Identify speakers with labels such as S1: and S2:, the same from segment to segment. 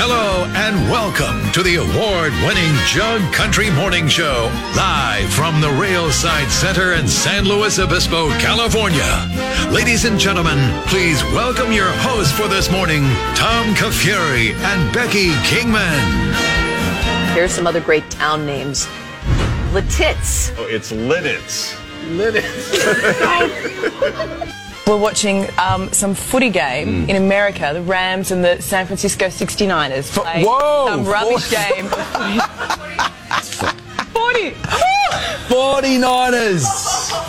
S1: Hello and welcome to the award winning Jug Country Morning Show, live from the Railside Center in San Luis Obispo, California. Ladies and gentlemen, please welcome your hosts for this morning, Tom Kafuri and Becky Kingman.
S2: Here's some other great town names. Latitz.
S3: Oh, it's Lidditz.
S4: We're watching um, some footy game in America, the Rams and the San Francisco 69ers. play
S5: whoa!
S4: Some rubbish game. 40.
S5: 49ers.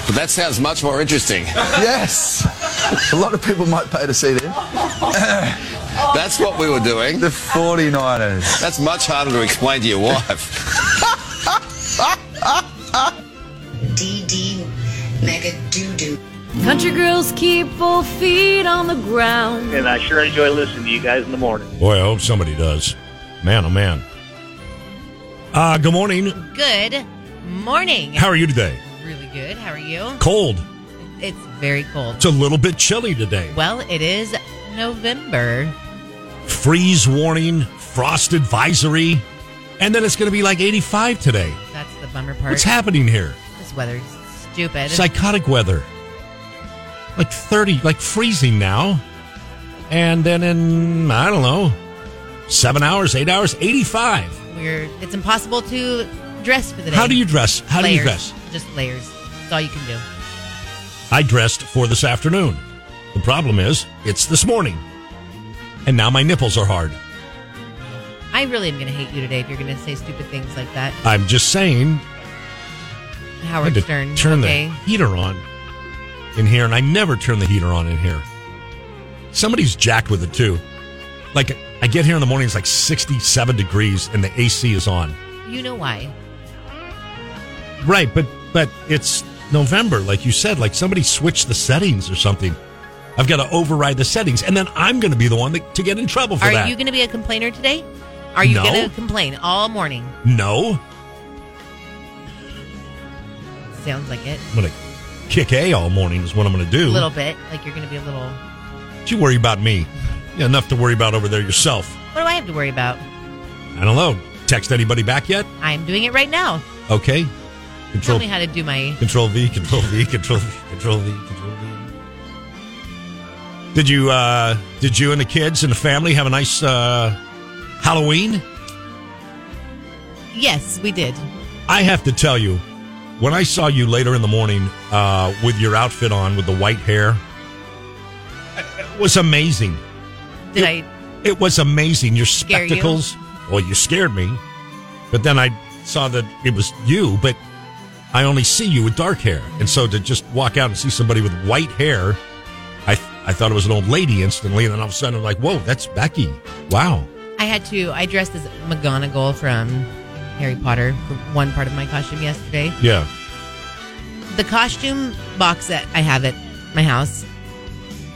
S6: But that sounds much more interesting.
S1: Oh.
S5: Yes. A lot of people might pay to see them.
S6: That's what we were doing.
S5: The 49ers.
S6: That's much harder to explain to your wife.
S7: DD Mega Doo Doo.
S8: Country girls keep both feet on the ground.
S9: and I sure enjoy listening to you guys in the morning.
S10: Boy, I hope somebody does. Man, oh man. Uh, good morning.
S11: Good morning.
S10: How are you today?
S11: Really good. How are you?
S10: Cold.
S11: It's very cold.
S10: It's a little bit chilly today.
S11: Well, it is November.
S10: Freeze warning, frost advisory, and then it's going to be like 85 today.
S11: That's the bummer part.
S10: What's happening here?
S11: This weather's stupid.
S10: Psychotic weather. Like 30, like freezing now. And then in, I don't know, seven hours, eight hours, 85.
S11: We're it's impossible to dress for the day.
S10: How do you dress? How do you
S11: Layers.
S10: dress?
S11: Just layers. That's all you can do.
S10: I dressed for this afternoon. The problem is, it's this morning. And now my nipples are hard.
S11: I really am going to hate you today if you're going to say stupid things like that.
S10: I'm just saying, I had
S11: Howard
S10: to
S11: Stern.
S10: turn
S11: okay.
S10: the heater on in here, and I never turn the heater on in here. Somebody's jacked with it too. Like, I get here in the morning, it's like 67 degrees, and the AC is on.
S11: You know why?
S10: Right, but but it's November, like you said. Like somebody switched the settings or something. I've got to override the settings, and then I'm going to be the one that, to get in trouble for
S11: Are
S10: that.
S11: you going to be a complainer today? Are you
S10: No.
S11: going to complain all morning?
S10: no,
S11: Sounds like it.
S10: I'm going to kick a all morning is what I'm going to do.
S11: A little bit. Like you're going to be a little.
S10: Don't you worry about me. You got enough to worry about over there yourself.
S11: What do I have to worry about?
S10: I don't know. Text anybody back yet?
S11: I'm doing it right now.
S10: Okay.
S11: Tell
S10: Control
S11: me how to do my.
S10: Control V, Control V, Control V, Control V, Control V. Did you uh did you and the kids and the family have a nice uh Halloween?
S11: Yes, we did.
S10: I have to tell you, when I saw you later in the morning uh with your outfit on with the white hair, it was amazing.
S11: Did
S10: Yep. It was amazing. Your
S11: Scare you?
S10: spectacles. Well, you scared me, but then I saw that it was you. But I only see you with dark hair, and so to just walk out and see somebody with white hair, I I thought it was an old lady instantly, and then all of a sudden I'm like, whoa, that's Becky. Wow.
S11: I? I had to. I dressed as McGonagall from Harry Potter for one part of my costume yesterday.
S10: Yeah.
S11: The costume box that I have at my house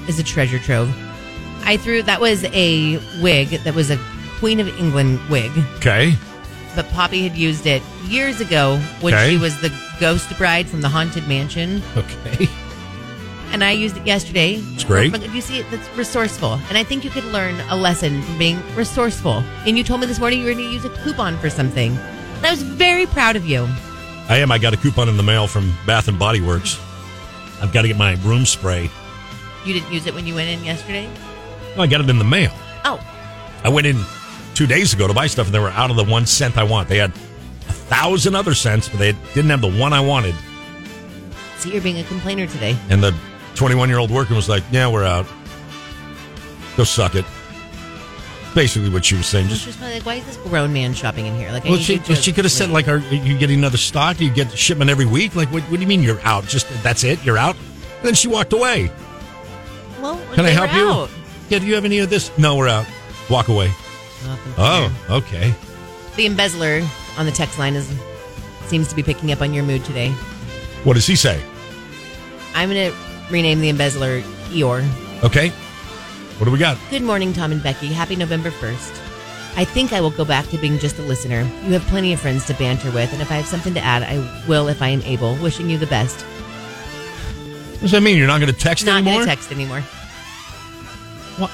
S11: is a treasure trove. I threw. That was a wig. That was a Queen of England wig.
S10: Okay.
S11: But Poppy had used it years ago when
S10: Okay.
S11: she was the ghost bride from the haunted mansion.
S10: Okay.
S11: and I used it yesterday. It's
S10: great.
S11: You see, that's resourceful, and I think you could learn a lesson from being resourceful. And you told me this morning you were going to use a coupon for something. And I was very proud of you.
S10: I am. I got a coupon in the mail from Bath and Body Works. I've got to get my room spray.
S11: You didn't use it when you went in yesterday.
S10: No, I got it in the mail.
S11: Oh,
S10: I went in two days ago to buy stuff, and they were out of the one cent I want. They had a thousand other cents, but they didn't have the one I wanted.
S11: see, you're being a complainer today.
S10: And the 21 year old worker was like, "Yeah, we're out. Go suck it." Basically, what she was saying.
S11: She's
S10: Just
S11: just like, why is this grown man shopping in here? Like, I
S10: well,
S11: need
S10: she
S11: you to-
S10: she could have said like, "Are you getting another stock? Do you get shipment every week? Like, what, what do you mean you're out? Just that's it? You're out?" And then she walked away.
S11: well,
S10: Can I
S11: they were
S10: help you?
S11: out.
S10: Yeah, do you have any of this? No, we're out. Walk away. Oh, okay.
S11: the embezzler on the text line is seems to be picking up on your mood today.
S10: What does he say?
S11: I'm gonna rename the embezzler Eeyore.
S10: Okay. What do we got?
S11: Good morning, Tom and Becky. Happy November 1st. I think I will go back to being just a listener. You have plenty of friends to banter with, and if I have something to add, I will if I am able. Wishing you the best.
S10: What does that mean? You're not going to text
S11: Not
S10: anymore?
S11: going to text anymore.
S10: What?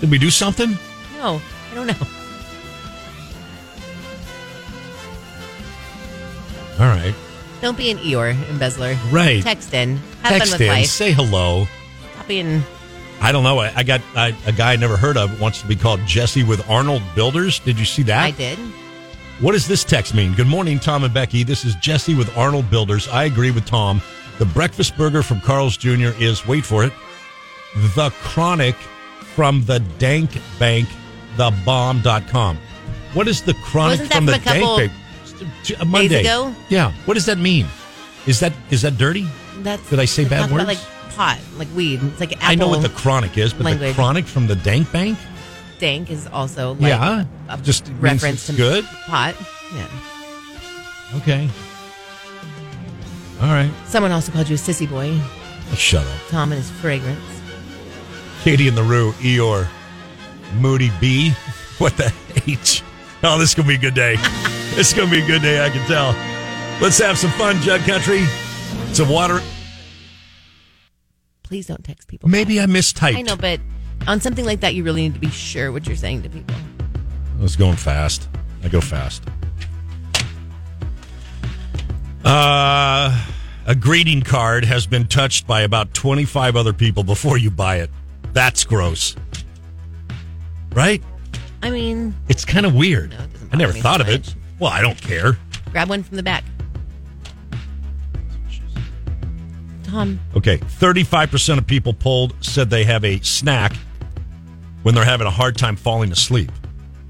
S10: Did we do something?
S11: No, I don't know.
S10: All right.
S11: Don't be an Eeyore embezzler.
S10: Right.
S11: Text in. Have
S10: text
S11: fun with
S10: in.
S11: life.
S10: Say hello.
S11: Stop being.
S10: I don't know. I, I got I, a guy I never heard of wants to be called Jesse with Arnold Builders. Did you see that?
S11: I did.
S10: What does this text mean? Good morning, Tom and Becky. This is Jesse with Arnold Builders. I agree with Tom. The breakfast burger from Carl's Jr. is, wait for it, the chronic from the dank bank, thebomb.com. What is the chronic
S11: Wasn't that
S10: from the
S11: from a couple
S10: dank bank? uh, Monday.
S11: ago?
S10: Yeah. What does that mean? Is that is that dirty?
S11: That's.
S10: Did I say
S11: it
S10: bad
S11: talks about,
S10: words?
S11: like pot, like weed. It's like apple.
S10: I know what the chronic is, but the
S11: language.
S10: chronic from the dank bank?
S11: dank is also like
S10: Yeah,
S11: a
S10: just means
S11: reference
S10: it's
S11: to
S10: good.
S11: pot. Yeah.
S10: Okay. All right.
S11: Someone also called you a sissy boy.
S10: Shut up.
S11: Tom and his fragrance.
S10: Katie and the Roo, Eeyore, Moody B. What the H? Oh, this is going to be a good day. this is going to be a good day, I can tell. Let's have some fun, Jug Country. Some water.
S11: Please don't text people.
S10: Maybe I mistyped.
S11: I know, but on something like that, you really need to be sure what you're saying to people.
S10: I was going fast. I go fast. Uh, a greeting card has been touched by about 25 other people before you buy it. That's gross. Right?
S11: I mean,
S10: It's kind of weird.
S11: No, it doesn't
S10: I never
S11: bother me
S10: thought of
S11: so
S10: it.
S11: much.
S10: Well, I don't care.
S11: grab one from the back. Tom,
S10: Okay, 35% of people polled said they have a snack when they're having a hard time falling asleep.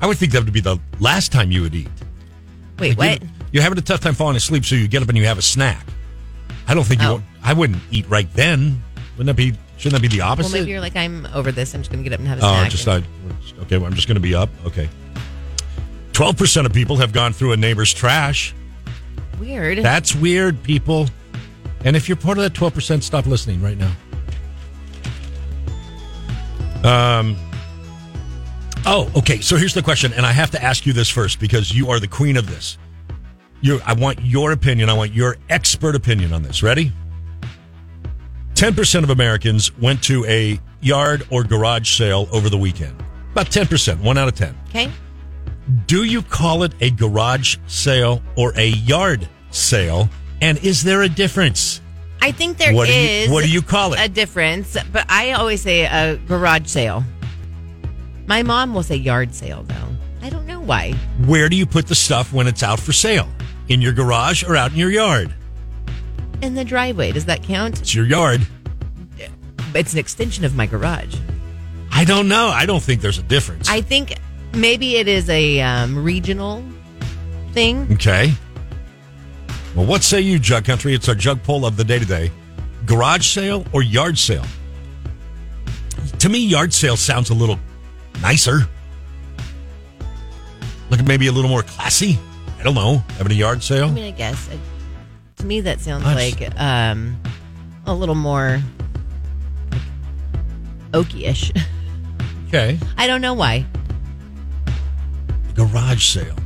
S10: I would think that would be the last time you would eat.
S11: wait, what?
S10: You- You're having a tough time falling asleep, so you get up and you have a snack. I don't think you.
S11: Oh.
S10: Won't, I wouldn't eat right then. Wouldn't that be? Shouldn't that be the
S11: Well,
S10: opposite?
S11: maybe you're like, I'm over this. I'm just going to get up and have a
S10: Oh,
S11: snack.
S10: just I, okay. Well, I'm just going to be up. Okay. Twelve percent of people have gone through a neighbor's trash.
S11: Weird.
S10: That's weird, people. And if you're part of that 12%, stop listening right now. Um. Oh, okay. So here's the question, and I have to ask you this first because you are the queen of this. You, I want your opinion. I want your expert opinion on this. Ready? Ten percent of Americans went to a yard or garage sale over the weekend. About ten percent, one out of ten.
S11: okay.
S10: Do you call it a garage sale or a yard sale? And is there a difference?
S11: I think there is
S10: What do you- what do you call it?
S11: A difference, but I always say a garage sale. My mom will say yard sale though. I don't know why.
S10: Where do you put the stuff when it's out for sale? In your garage or out in your yard?
S11: In the driveway, does that count?
S10: It's your yard.
S11: It's an extension of my garage.
S10: I don't know. I don't think there's a difference.
S11: I think maybe it is a um, regional thing.
S10: okay. Well, what say you, Jug Country? It's our jug poll of the day today. Garage sale or yard sale? To me, yard sale sounds a little nicer. Like maybe a little more classy. I don't know. Having a yard sale?
S11: I mean, I guess uh, to me that sounds
S10: I just-
S11: like um, a little more like, oaky-ish.
S10: Okay.
S11: I don't know why.
S10: Garage sale.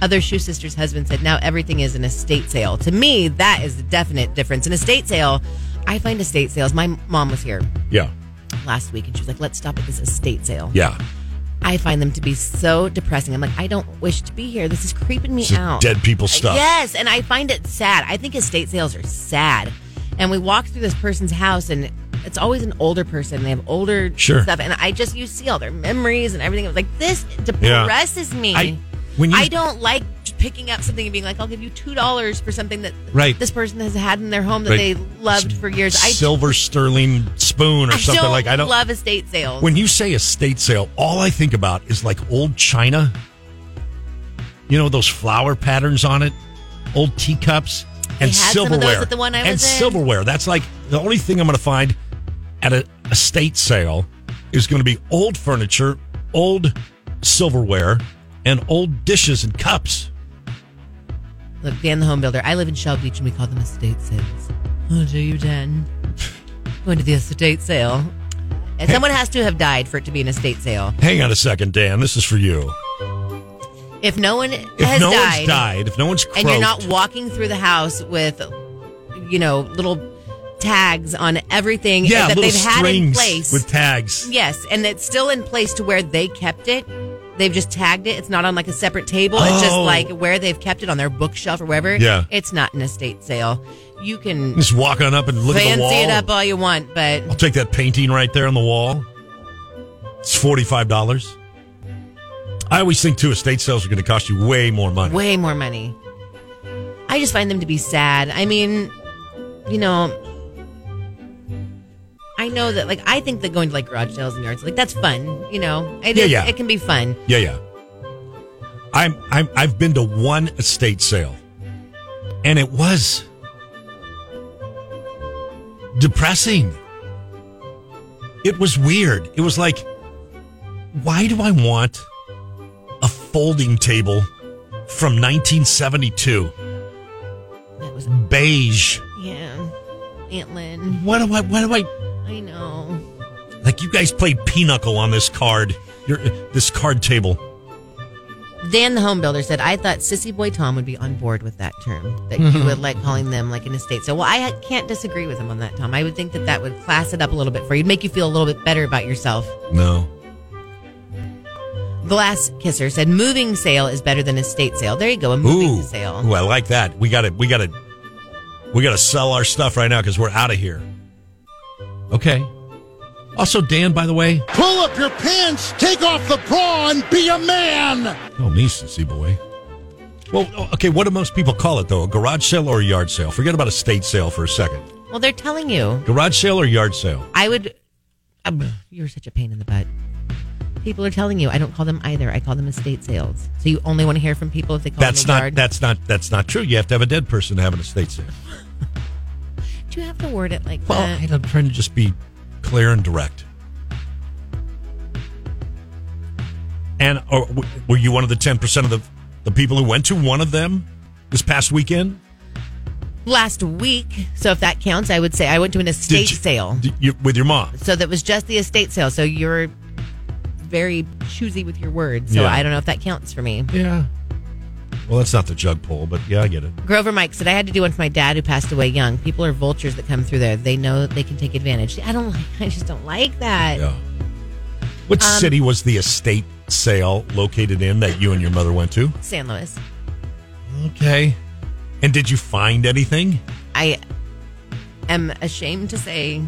S11: Other shoe sister's husband said, now everything is an estate sale. To me, that is the definite difference. An estate sale, I find estate sales. My mom was here
S10: Yeah.
S11: last week and she was like, let's stop at this estate sale.
S10: Yeah.
S11: I find them to be so depressing. I'm like, I don't wish to be here. This is creeping me
S10: It's just
S11: out.
S10: dead people stuff.
S11: Yes, and I find it sad. I think estate sales are sad. And we walk through this person's house and it's always an older person. They have older
S10: Sure.
S11: stuff. And I just, you see all their memories and everything. It was like, this
S10: Yeah.
S11: depresses me.
S10: I- when you-
S11: I don't like picking up something and being like, I'll give you $2 for something that
S10: Right.
S11: this person has had in their home that
S10: Right.
S11: they loved for years. I,
S10: Silver sterling spoon or
S11: I
S10: something
S11: don't
S10: like I don't
S11: love estate sales.
S10: When you say estate sale, all I think about is like old china. You know those flower patterns on it, old teacups and
S11: had some of those
S10: silverware.
S11: at the one I
S10: and
S11: was in.
S10: silverware. That's like the only thing I'm going to find at a estate sale is going to be old furniture, old silverware, and old dishes and cups.
S11: Look, Dan the home builder. I live in Shell Beach and we call them estate sales. I'll do you ten. Going to the estate sale. And someone has to have died for it to be an estate sale.
S10: Hang on a second, Dan. This is for you.
S11: If no one
S10: If
S11: has
S10: no
S11: died,
S10: one's died, if no one's croaked,
S11: and you're not walking through the house with, you know, little tags on everything
S10: yeah,
S11: that
S10: little
S11: they've had in
S10: strings
S11: place.
S10: with tags.
S11: yes, and it's still in place to where they kept it. They've just tagged it. It's not on like a separate table. It's just
S10: Oh.
S11: like where they've kept it on their bookshelf or wherever.
S10: Yeah.
S11: It's not an estate sale. You can
S10: Just walk on up and look at the wall.
S11: fancy it up all you want, but
S10: I'll take that painting right there on the wall. It's forty five dollars. I always think too, estate sales are going to cost you way more money.
S11: way more money. I just find them to be sad. I mean, you know, I know that like I think that going to like garage sales and yards like that's fun. You know, it
S10: Yeah,
S11: is-
S10: yeah.
S11: it can be fun.
S10: Yeah, yeah. I'm I'm I've been to one estate sale, and it was depressing. It was weird. It was like, why do I want a folding table from 1972?
S11: That was
S10: Beige.
S11: yeah, Aunt Lynn.
S10: What do I? What do I?
S11: I know.
S10: Like you guys played pinochle on this card, your this card table.
S11: Dan the home builder said, I thought Sissy Boy Tom would be on board with that term, that you would like calling them like an estate. So, well, I can't disagree with him on that, Tom. I would think that that would class it up a little bit for you, make you feel a little bit better about yourself.
S10: No.
S11: Glass Kisser said, moving sale is better than estate sale. There you go, a moving
S10: Ooh,
S11: sale.
S10: Ooh, I like that. We got to we got to we got to sell our stuff right now because we're out of here. Okay. Also, Dan, by the way,
S1: Pull up your pants, take off the bra, and be a man.
S10: oh me, sissy boy. Well, oh, okay. What do most people call it though? A garage sale or a yard sale? Forget about a state sale for a second.
S11: Well, they're telling you.
S10: Garage sale or yard sale?
S11: I would. um, you're such a pain in the butt. People are telling you. I don't call them either. I call them estate sales. So you only want to hear from people if they call
S10: That's
S11: them a
S10: not
S11: yard.
S10: that's not that's not true. You have to have a dead person to have an estate sale.
S11: Do you have to word it like
S10: Well,
S11: that?
S10: I'm trying to just be clear and direct. And or, w- were you one of the ten percent of the the people who went to one of them this past weekend?
S11: last week. So if that counts, I would say I went to an estate
S10: you-
S11: sale.
S10: D- you- with your mom?
S11: so that was just the estate sale. So you're very choosy with your words. So
S10: Yeah.
S11: I don't know if that counts for me.
S10: Yeah. Well, that's not the jug pull, but yeah, I get it.
S11: Grover Mike said I had to do one for my dad who passed away young. People are vultures that come through there. They know they can take advantage. I don't like. I just don't like that.
S10: Yeah. What city was the estate sale located in that you and your mother went to?
S11: San Luis.
S10: Okay. And did you find anything?
S11: I am ashamed to say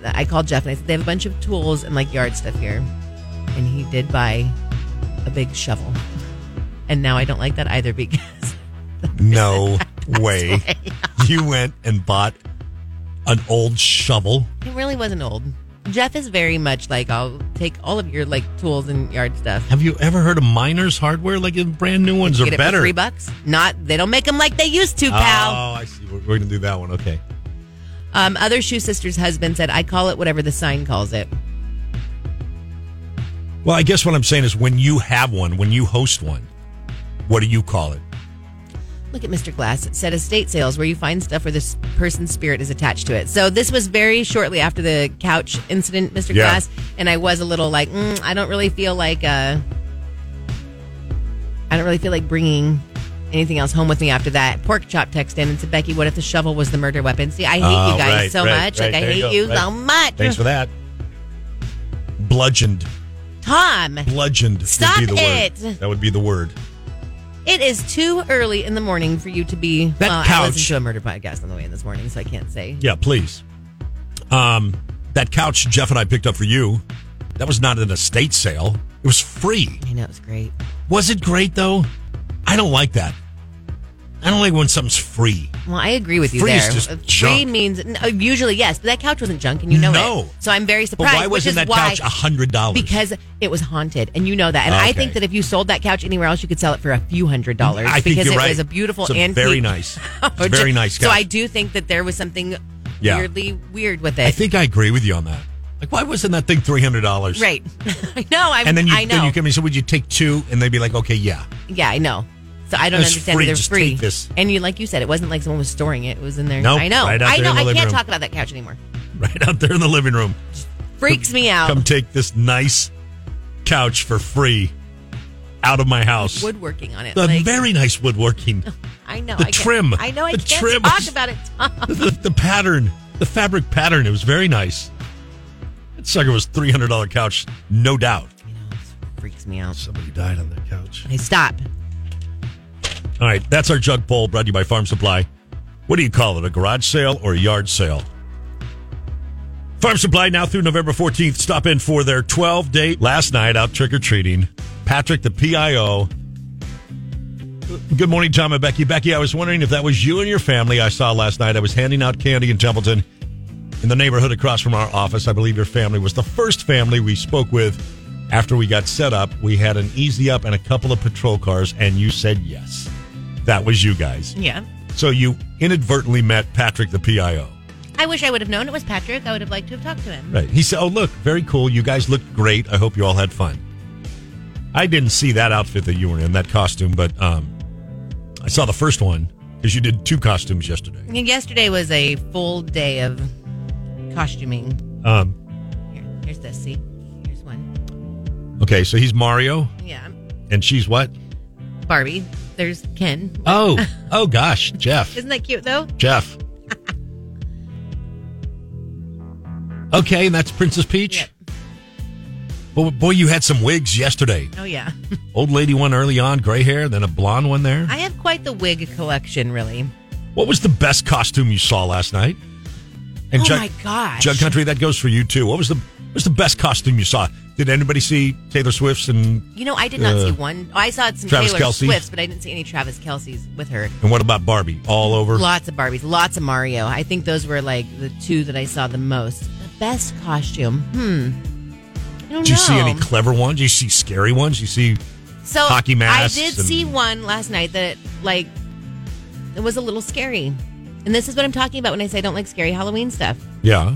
S11: that I called Jeff and I said they have a bunch of tools and like yard stuff here, and he did buy a big shovel, and now I don't like that either because
S10: No way. you went and bought an old shovel.
S11: It really wasn't old. Jeff is very much like I'll take all of your like tools and yard stuff.
S10: Have you ever heard of miners hardware? Like brand new ones are
S11: Get it
S10: better.
S11: for three bucks. Not they don't make them like they used to,
S10: oh,
S11: pal.
S10: I see. We're, we're gonna do that one. Okay.
S11: Um, other shoe sister's husband said I call it whatever the sign calls it.
S10: Well, I guess what I'm saying is when you have one, when you host one, what do you call it?
S11: Look at Mr. Glass. It said estate sales where you find stuff where this person's spirit is attached to it. So this was very shortly after the couch incident, Mr.
S10: Yeah.
S11: Glass, and I was a little like, mm, I don't really feel like uh, I don't really feel like bringing anything else home with me after that. Pork chop text in and said, Becky, what if the shovel was the murder weapon? See, I hate
S10: Oh,
S11: you guys
S10: right,
S11: so
S10: right,
S11: much.
S10: right.
S11: like I
S10: There you
S11: hate
S10: go,
S11: you
S10: right.
S11: so much.
S10: Thanks for that. Bludgeoned.
S11: Tom,
S10: Bludgeoned
S11: Stop
S10: would be the word.
S11: it.
S10: That would be the word.
S11: it is too early in the morning for you to be.
S10: That
S11: well, I
S10: couch-
S11: listened to a murder podcast on the way in this morning, so I can't say.
S10: Yeah, please. Um, that couch Jeff and I picked up for you, that was not an estate sale. It was free.
S11: I know it was great.
S10: Was it great though? I don't like that. I don't like when something's free.
S11: Well, I agree with you
S10: Free is
S11: there.
S10: just
S11: Free
S10: junk.
S11: means n- uh, usually yes, but that couch wasn't junk, and you know
S10: No.
S11: it. So I'm very
S10: But
S11: surprised.
S10: why
S11: which is
S10: wasn't that
S11: why,
S10: couch a hundred dollars? Oh,
S11: Because it was haunted, and you know that. And I
S10: Okay.
S11: think that if you sold that couch anywhere else, you could sell it for a few hundred dollars.
S10: I think
S11: because
S10: you're
S11: it
S10: right.
S11: was a beautiful
S10: It's a
S11: antique.
S10: very nice- it's a very nice
S11: So
S10: couch.
S11: I do think that there was something
S10: Yeah.
S11: weirdly weird with it.
S10: I think I agree with you on that. Like, why wasn't that thing three hundred dollars?
S11: right. I know. I'm,
S10: And then you
S11: I know.
S10: then you come and say, "Would you take two? And they'd be like, "Okay, yeah."
S11: yeah, I know. So I don't
S10: It's
S11: understand.
S10: free,
S11: They're
S10: just
S11: free.
S10: take this.
S11: And you, like you said, it wasn't like someone was storing it. It was in there.
S10: Nope,
S11: I know.
S10: right out
S11: I
S10: there
S11: know.
S10: in the
S11: I can't
S10: living room.
S11: talk about that couch anymore.
S10: right out there in the living room.
S11: Freaks me out.
S10: Come take this nice couch for free out of my house.
S11: Woodworking on it.
S10: the
S11: like,
S10: very nice woodworking,
S11: I know.
S10: the
S11: I can't-
S10: trim.
S11: I know. I
S10: The
S11: can't
S10: trim
S11: talk
S10: is-
S11: about it.
S10: the, the pattern, the fabric pattern. It was very nice. That sucker was three hundred dollar couch, no doubt.
S11: You know, it freaks me out.
S10: Somebody died on that couch.
S11: Hey, stop.
S10: All right, that's our jug poll brought to you by Farm Supply. What do you call it, a garage sale or a yard sale? Farm Supply now through November 14th. Stop in for their 12 day last night out trick or treating. Patrick, the PIO. Good morning, Tom and Becky. Becky, I was wondering if that was you and your family I saw last night. I was handing out candy in Templeton in the neighborhood across from our office. I believe your family was the first family we spoke with after we got set up. We had an easy up and a couple of patrol cars, and you said yes. That was you guys.
S11: Yeah.
S10: So you inadvertently met Patrick the PIO.
S11: I wish I would have known it was Patrick. I would have liked to have talked to him.
S10: Right. He said, Oh, look, very cool. You guys looked great. I hope you all had fun. I didn't see that outfit that you were in, that costume, but um, I saw the first one because you did two costumes yesterday.
S11: Yesterday was a full day of costuming.
S10: Um,
S11: Here, here's this. See, here's one.
S10: okay, so he's Mario,
S11: Yeah,
S10: and she's what?
S11: Barbie. There's Ken.
S10: Oh, oh gosh, Jeff.
S11: Isn't that cute though?
S10: Jeff. Okay, and that's Princess Peach. Boy, boy, you had some wigs yesterday.
S11: Oh yeah.
S10: Old lady one early on, gray hair, then a blonde one there.
S11: I have quite the wig collection, really.
S10: What was the best costume you saw last night? And
S11: Oh
S10: Jug,
S11: my gosh.
S10: Jug Country, that goes for you too. What was the what was the best costume you saw? Did anybody see Taylor Swift's and
S11: You know, I did not
S10: Uh,
S11: see one. Oh, I saw some
S10: Travis
S11: Taylor
S10: Kelce?
S11: Swifts, but I didn't see any Travis Kelsey's with her.
S10: and what about Barbie? All over.
S11: Lots of Barbies, lots of Mario. I think those were like the two that I saw the most. The best costume. Hmm. I don't
S10: Did you
S11: know.
S10: see any clever ones? Did you see scary ones? Did you see
S11: so
S10: hockey masks
S11: I did
S10: and-
S11: see one last night that like it was a little scary. And this is what I'm talking about when I say I don't like scary Halloween stuff.
S10: Yeah.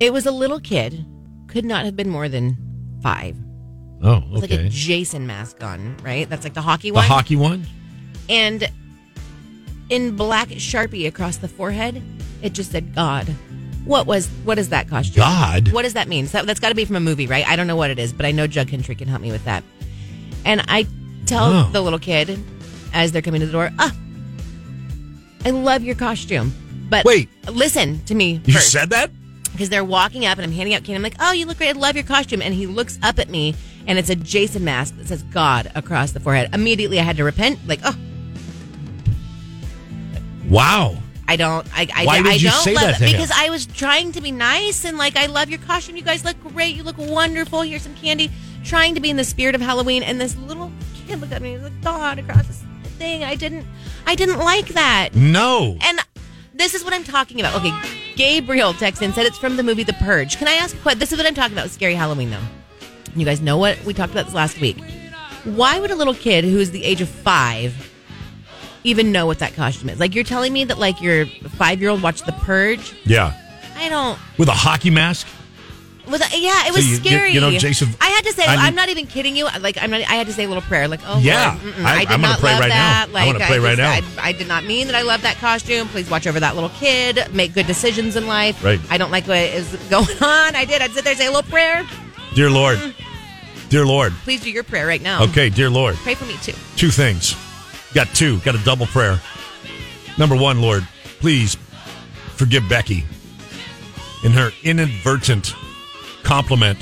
S11: It was a little kid, could not have been more than five.
S10: Oh,
S11: With like
S10: okay.
S11: a Jason mask on, right? That's like the hockey
S10: The
S11: one.
S10: hockey one?
S11: and in black sharpie across the forehead, it just said God. What was what is that costume?
S10: God?
S11: What does that mean? So that's got to be from a movie, right? I don't know what it is, but I know Jug Country can help me with that. And I tell
S10: Wow.
S11: the little kid as they're coming to the door, "Ah, I love your costume." But
S10: Wait.
S11: listen to me
S10: You
S11: first
S10: said that?
S11: because they're walking up and I'm handing out candy. I'm like, oh, you look great. I love your costume. And he looks up at me and it's a Jason mask that says God across the forehead. Immediately I had to repent. Like, oh,
S10: Wow.
S11: I don't, I, I,
S10: Why
S11: I
S10: did you
S11: don't
S10: say
S11: love
S10: that to him?
S11: because I was trying to be nice and like, I love your costume. You guys look great. You look wonderful. Here's some candy. Trying to be in the spirit of Halloween. And this little kid looked at me and was like, God across this thing. I didn't, I didn't like that.
S10: No.
S11: And this is what I'm talking about. Okay, Gabriel texted and said it's from the movie The Purge. Can I ask what? This is what I'm talking about. Scary Halloween, though. You guys know what we talked about this last week. Why would a little kid who is the age of five even know what that costume is? Like you're telling me that like your five year old watched The Purge.
S10: Yeah.
S11: I don't.
S10: With a hockey mask?
S11: Was I- yeah, it was
S10: you- you-
S11: scary.
S10: you know, Jason,
S11: I had to say,
S10: I
S11: I'm,
S10: need-
S11: not even kidding you. Like, I'm not. I had to say a little prayer. Like, oh
S10: Yeah,
S11: Lord, mm-mm,
S10: I-
S11: I, did
S10: I'm gonna
S11: not
S10: pray
S11: love
S10: right now.
S11: that.
S10: I
S11: Like,
S10: wanna pray right
S11: just- I, I did not mean that I love that costume. Please watch over that little kid. Make good decisions in life.
S10: Right.
S11: I don't like what is going on. I did. I'd sit there and say a little prayer.
S10: Dear Lord. Dear Lord.
S11: Please do your prayer right now.
S10: Okay, dear Lord.
S11: Pray for me too.
S10: two things. Got two. Got a double prayer. Number one, Lord, please forgive Becky in her inadvertent compliment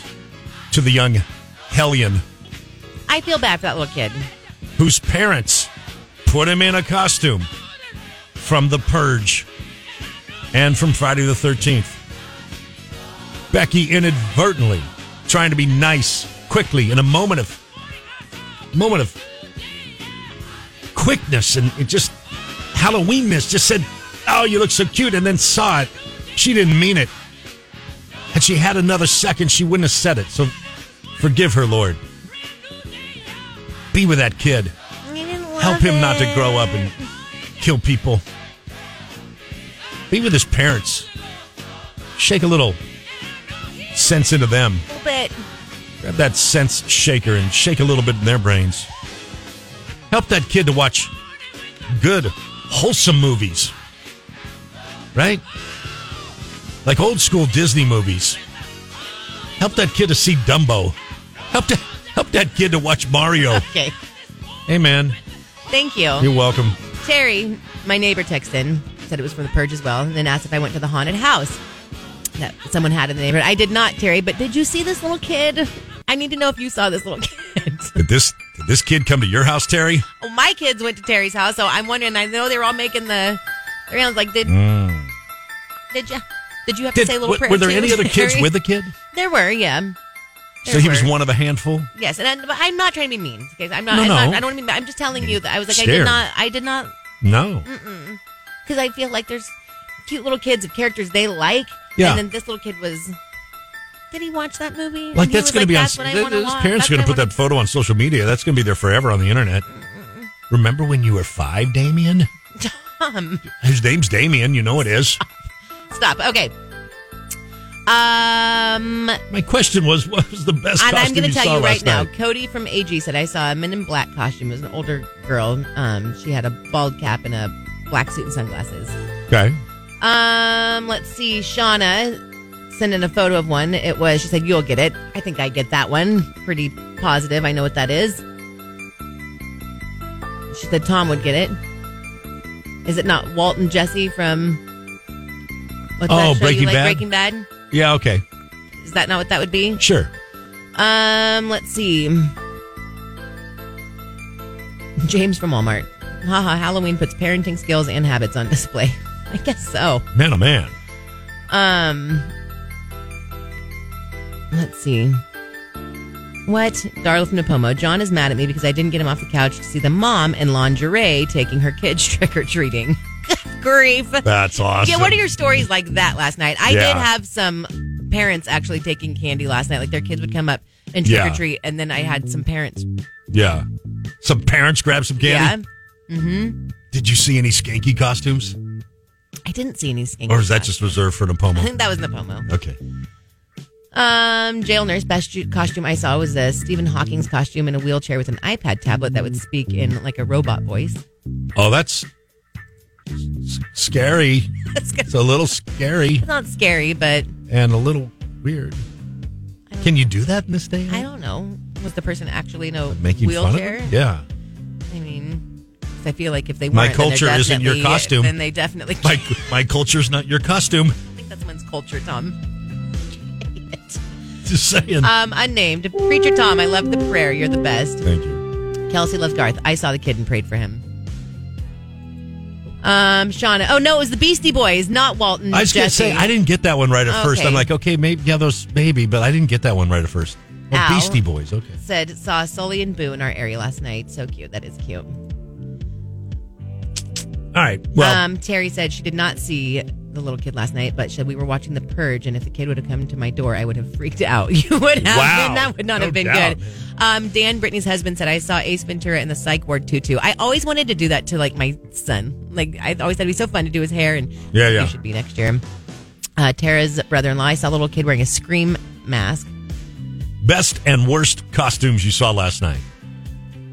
S10: to the young hellion
S11: I feel bad for that little kid.
S10: whose parents put him in a costume from The Purge and from Friday the 13th. Becky inadvertently trying to be nice quickly in a moment of moment of quickness and it just Halloweenness just said, "Oh, you look so cute," and then saw it. She didn't mean it. Had she had another second, she wouldn't have said it. So forgive her, Lord. Be with that kid.
S11: I didn't love
S10: Help him not to
S11: it.
S10: grow up and kill people. Be with his parents. Shake a little sense into them.
S11: A little bit.
S10: Grab that sense shaker and shake a little bit in their brains. Help that kid to watch good, wholesome movies. Right? Like old school Disney movies. Help that kid to see Dumbo. Help that, help that kid to watch Mario.
S11: Okay.
S10: hey, man.
S11: Thank you.
S10: You're welcome.
S11: Terry, my neighbor texted in, said it was from the purge as well, and then asked if I went to the haunted house that someone had in the neighborhood. I did not, Terry, but did you see this little kid? I need to know if you saw this little kid.
S10: Did this, did this kid come to your house, Terry?
S11: well, my kids went to Terry's house, so I'm wondering. I know they were all making the the rounds. Like, did did you did you have
S10: Hmm.
S11: to
S10: Did-
S11: say a little
S10: were,
S11: prayer?
S10: were there
S11: too,
S10: any other kids
S11: Terry?
S10: with the kid?
S11: There were, yeah.
S10: so
S11: There
S10: he was
S11: were.
S10: one of a handful?
S11: Yes, and I, but I'm not trying to be mean. Okay, I'm not.
S10: No,
S11: I'm not-
S10: no.
S11: I don't want to be. mean. I'm just telling you that I was like, I
S10: Scared.
S11: did not. I did not
S10: No.
S11: because I feel like there's cute little kids of characters they like.
S10: Yeah.
S11: And then this little kid was. Did he watch that movie?
S10: Like that's going to be on.
S11: That's what I
S10: th-
S11: wanna
S10: those
S11: watch.
S10: parents
S11: That's
S10: are going to
S11: what
S10: put
S11: I
S10: that photo on social media. That's going to be there forever on the internet. Remember when you were five, Damien?
S11: wanna-
S10: His name's Damien. You know it is.
S11: Stop. Okay. Um,
S10: My question was, what was the best
S11: and
S10: costume
S11: I'm going
S10: you
S11: to
S10: saw
S11: tell you right
S10: last
S11: now.
S10: night?
S11: Cody from AG said I saw a Men in Black costume. It was an older girl. Um, she had a bald cap and a black suit and sunglasses.
S10: Okay.
S11: Um, let's see. Shauna sent in a photo of one. It was. She said, "You'll get it." I think I get that one. Pretty positive. I know what that is. She said Tom would get it. Is it not Walt and Jesse from? What's
S10: Oh,
S11: that show
S10: Breaking
S11: you like?
S10: Bad?
S11: Breaking Bad.
S10: Yeah. Okay.
S11: Is that not what that would be?
S10: Sure.
S11: Um, let's see. James from Walmart. Haha, Halloween puts parenting skills and habits on display. I guess so.
S10: Man, oh man.
S11: Um, let's see. What? Darla from Napomo. John is mad at me because I didn't get him off the couch to see the mom in lingerie taking her kids trick or treating. Grief.
S10: That's awesome.
S11: Yeah, what are your stories like that last night? I
S10: Yeah.
S11: did have some parents actually taking candy last night. Like their kids would come up and trick
S10: Yeah.
S11: or treat, and then I had some parents.
S10: Yeah. Some parents grab some
S11: Yeah,
S10: candy. Did you see any skanky costumes,
S11: I didn't see any skinny.
S10: or is that just reserved for
S11: I
S10: Napomo?
S11: think that was Napomo.
S10: Okay.
S11: Um, jail nurse best ju- costume I saw was a Stephen Hawking's costume in a wheelchair with an iPad tablet that would speak in like a robot voice.
S10: Oh, that's s- scary.
S11: it's
S10: It's a little scary
S11: not scary, but
S10: and a little weird. Can you do that in this day? and
S11: I
S10: age?
S11: don't know. Was the person actually in a
S10: making
S11: wheelchair?
S10: fun of it? Yeah.
S11: I mean, 'cause I feel like if they weren't,
S10: My
S11: then they're
S10: culture isn't your
S11: definitely-
S10: costume.
S11: Then they definitely.
S10: My my culture's not your costume.
S11: I think that's one's culture, Tom.
S10: Just saying.
S11: Um, unnamed preacher Tom. I love the prayer. You're the best.
S10: Thank you.
S11: Kelsey loves Garth. I saw the kid and prayed for him. Um, Shauna. Oh no, it was the Beastie Boys, not Walton.
S10: I was gonna
S11: Jesse.
S10: say I didn't get that one right at first. I'm
S11: Okay.
S10: like, okay, maybe yeah, those maybe, but I didn't get that one right at first. Oh,
S11: Ow.
S10: Beastie Boys, okay.
S11: said saw Sully and Boo in our area last night. So cute. That is cute.
S10: All right. Well,
S11: um, Terry said she did not see the little kid last night, but said we were watching The Purge, and if the kid would have come to my door, I would have freaked out. You would have.
S10: Wow.
S11: been- that would not
S10: No
S11: have been
S10: doubt,
S11: good.
S10: man.
S11: Um, Dan, Brittany's husband, said I saw Ace Ventura in the Psych Ward tutu. I always wanted to do that to like my son. Like I always said, it'd be so fun to do his hair, and
S10: Yeah, yeah.
S11: he should be next year. Uh, Tara's brother-in-law. I saw a little kid wearing a scream mask.
S10: best and worst costumes you saw last night.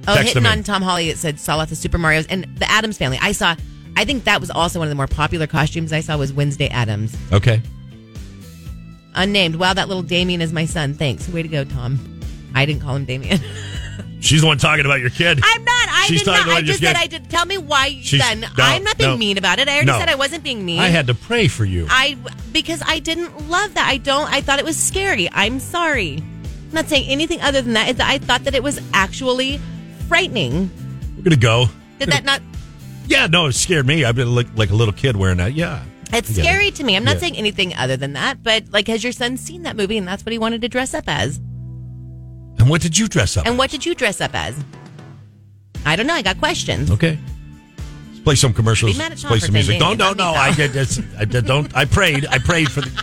S11: Oh,
S10: Text
S11: hitting
S10: them
S11: on
S10: in.
S11: Tom Holly. It said saw lots of Super Mario's and the Adams Family. I saw. I think that was also one of the more popular costumes I saw was Wednesday Adams,
S10: Okay.
S11: unnamed. Wow, that little Damien is my son. Thanks. Way to go, Tom. I didn't call him Damien.
S10: She's the one talking about your kid.
S11: I'm not. I
S10: She's
S11: did not.
S10: talking about
S11: I just
S10: your
S11: said
S10: kid.
S11: I did. Tell me why you
S10: She's-
S11: son.
S10: no,
S11: I'm not being
S10: no.
S11: mean about it. I already
S10: No.
S11: said I wasn't being mean.
S10: I had to pray for you.
S11: I because I didn't love that. I don't. I thought it was scary. I'm sorry. I'm not saying anything other than that. It's- I thought that it was actually frightening.
S10: We're gonna go.
S11: Did that not?
S10: Yeah, no, it scared me. I've been like, like a little kid wearing that. Yeah.
S11: It's
S10: I get
S11: scary
S10: it.
S11: to me. I'm not
S10: Yeah.
S11: saying anything other than that, but like, has your son seen that movie and that's what he wanted to dress up as?
S10: And what did you dress up?
S11: And what did you dress up as? I don't know. I got questions.
S10: Okay. Let's play some commercials.
S11: Be mad at
S10: Let's
S11: Tom
S10: play
S11: for
S10: some
S11: 10
S10: music. No,
S11: days.
S10: no,
S11: That'd be
S10: no. I
S11: foul.
S10: did. this- I did. Don't. I prayed. I prayed for the.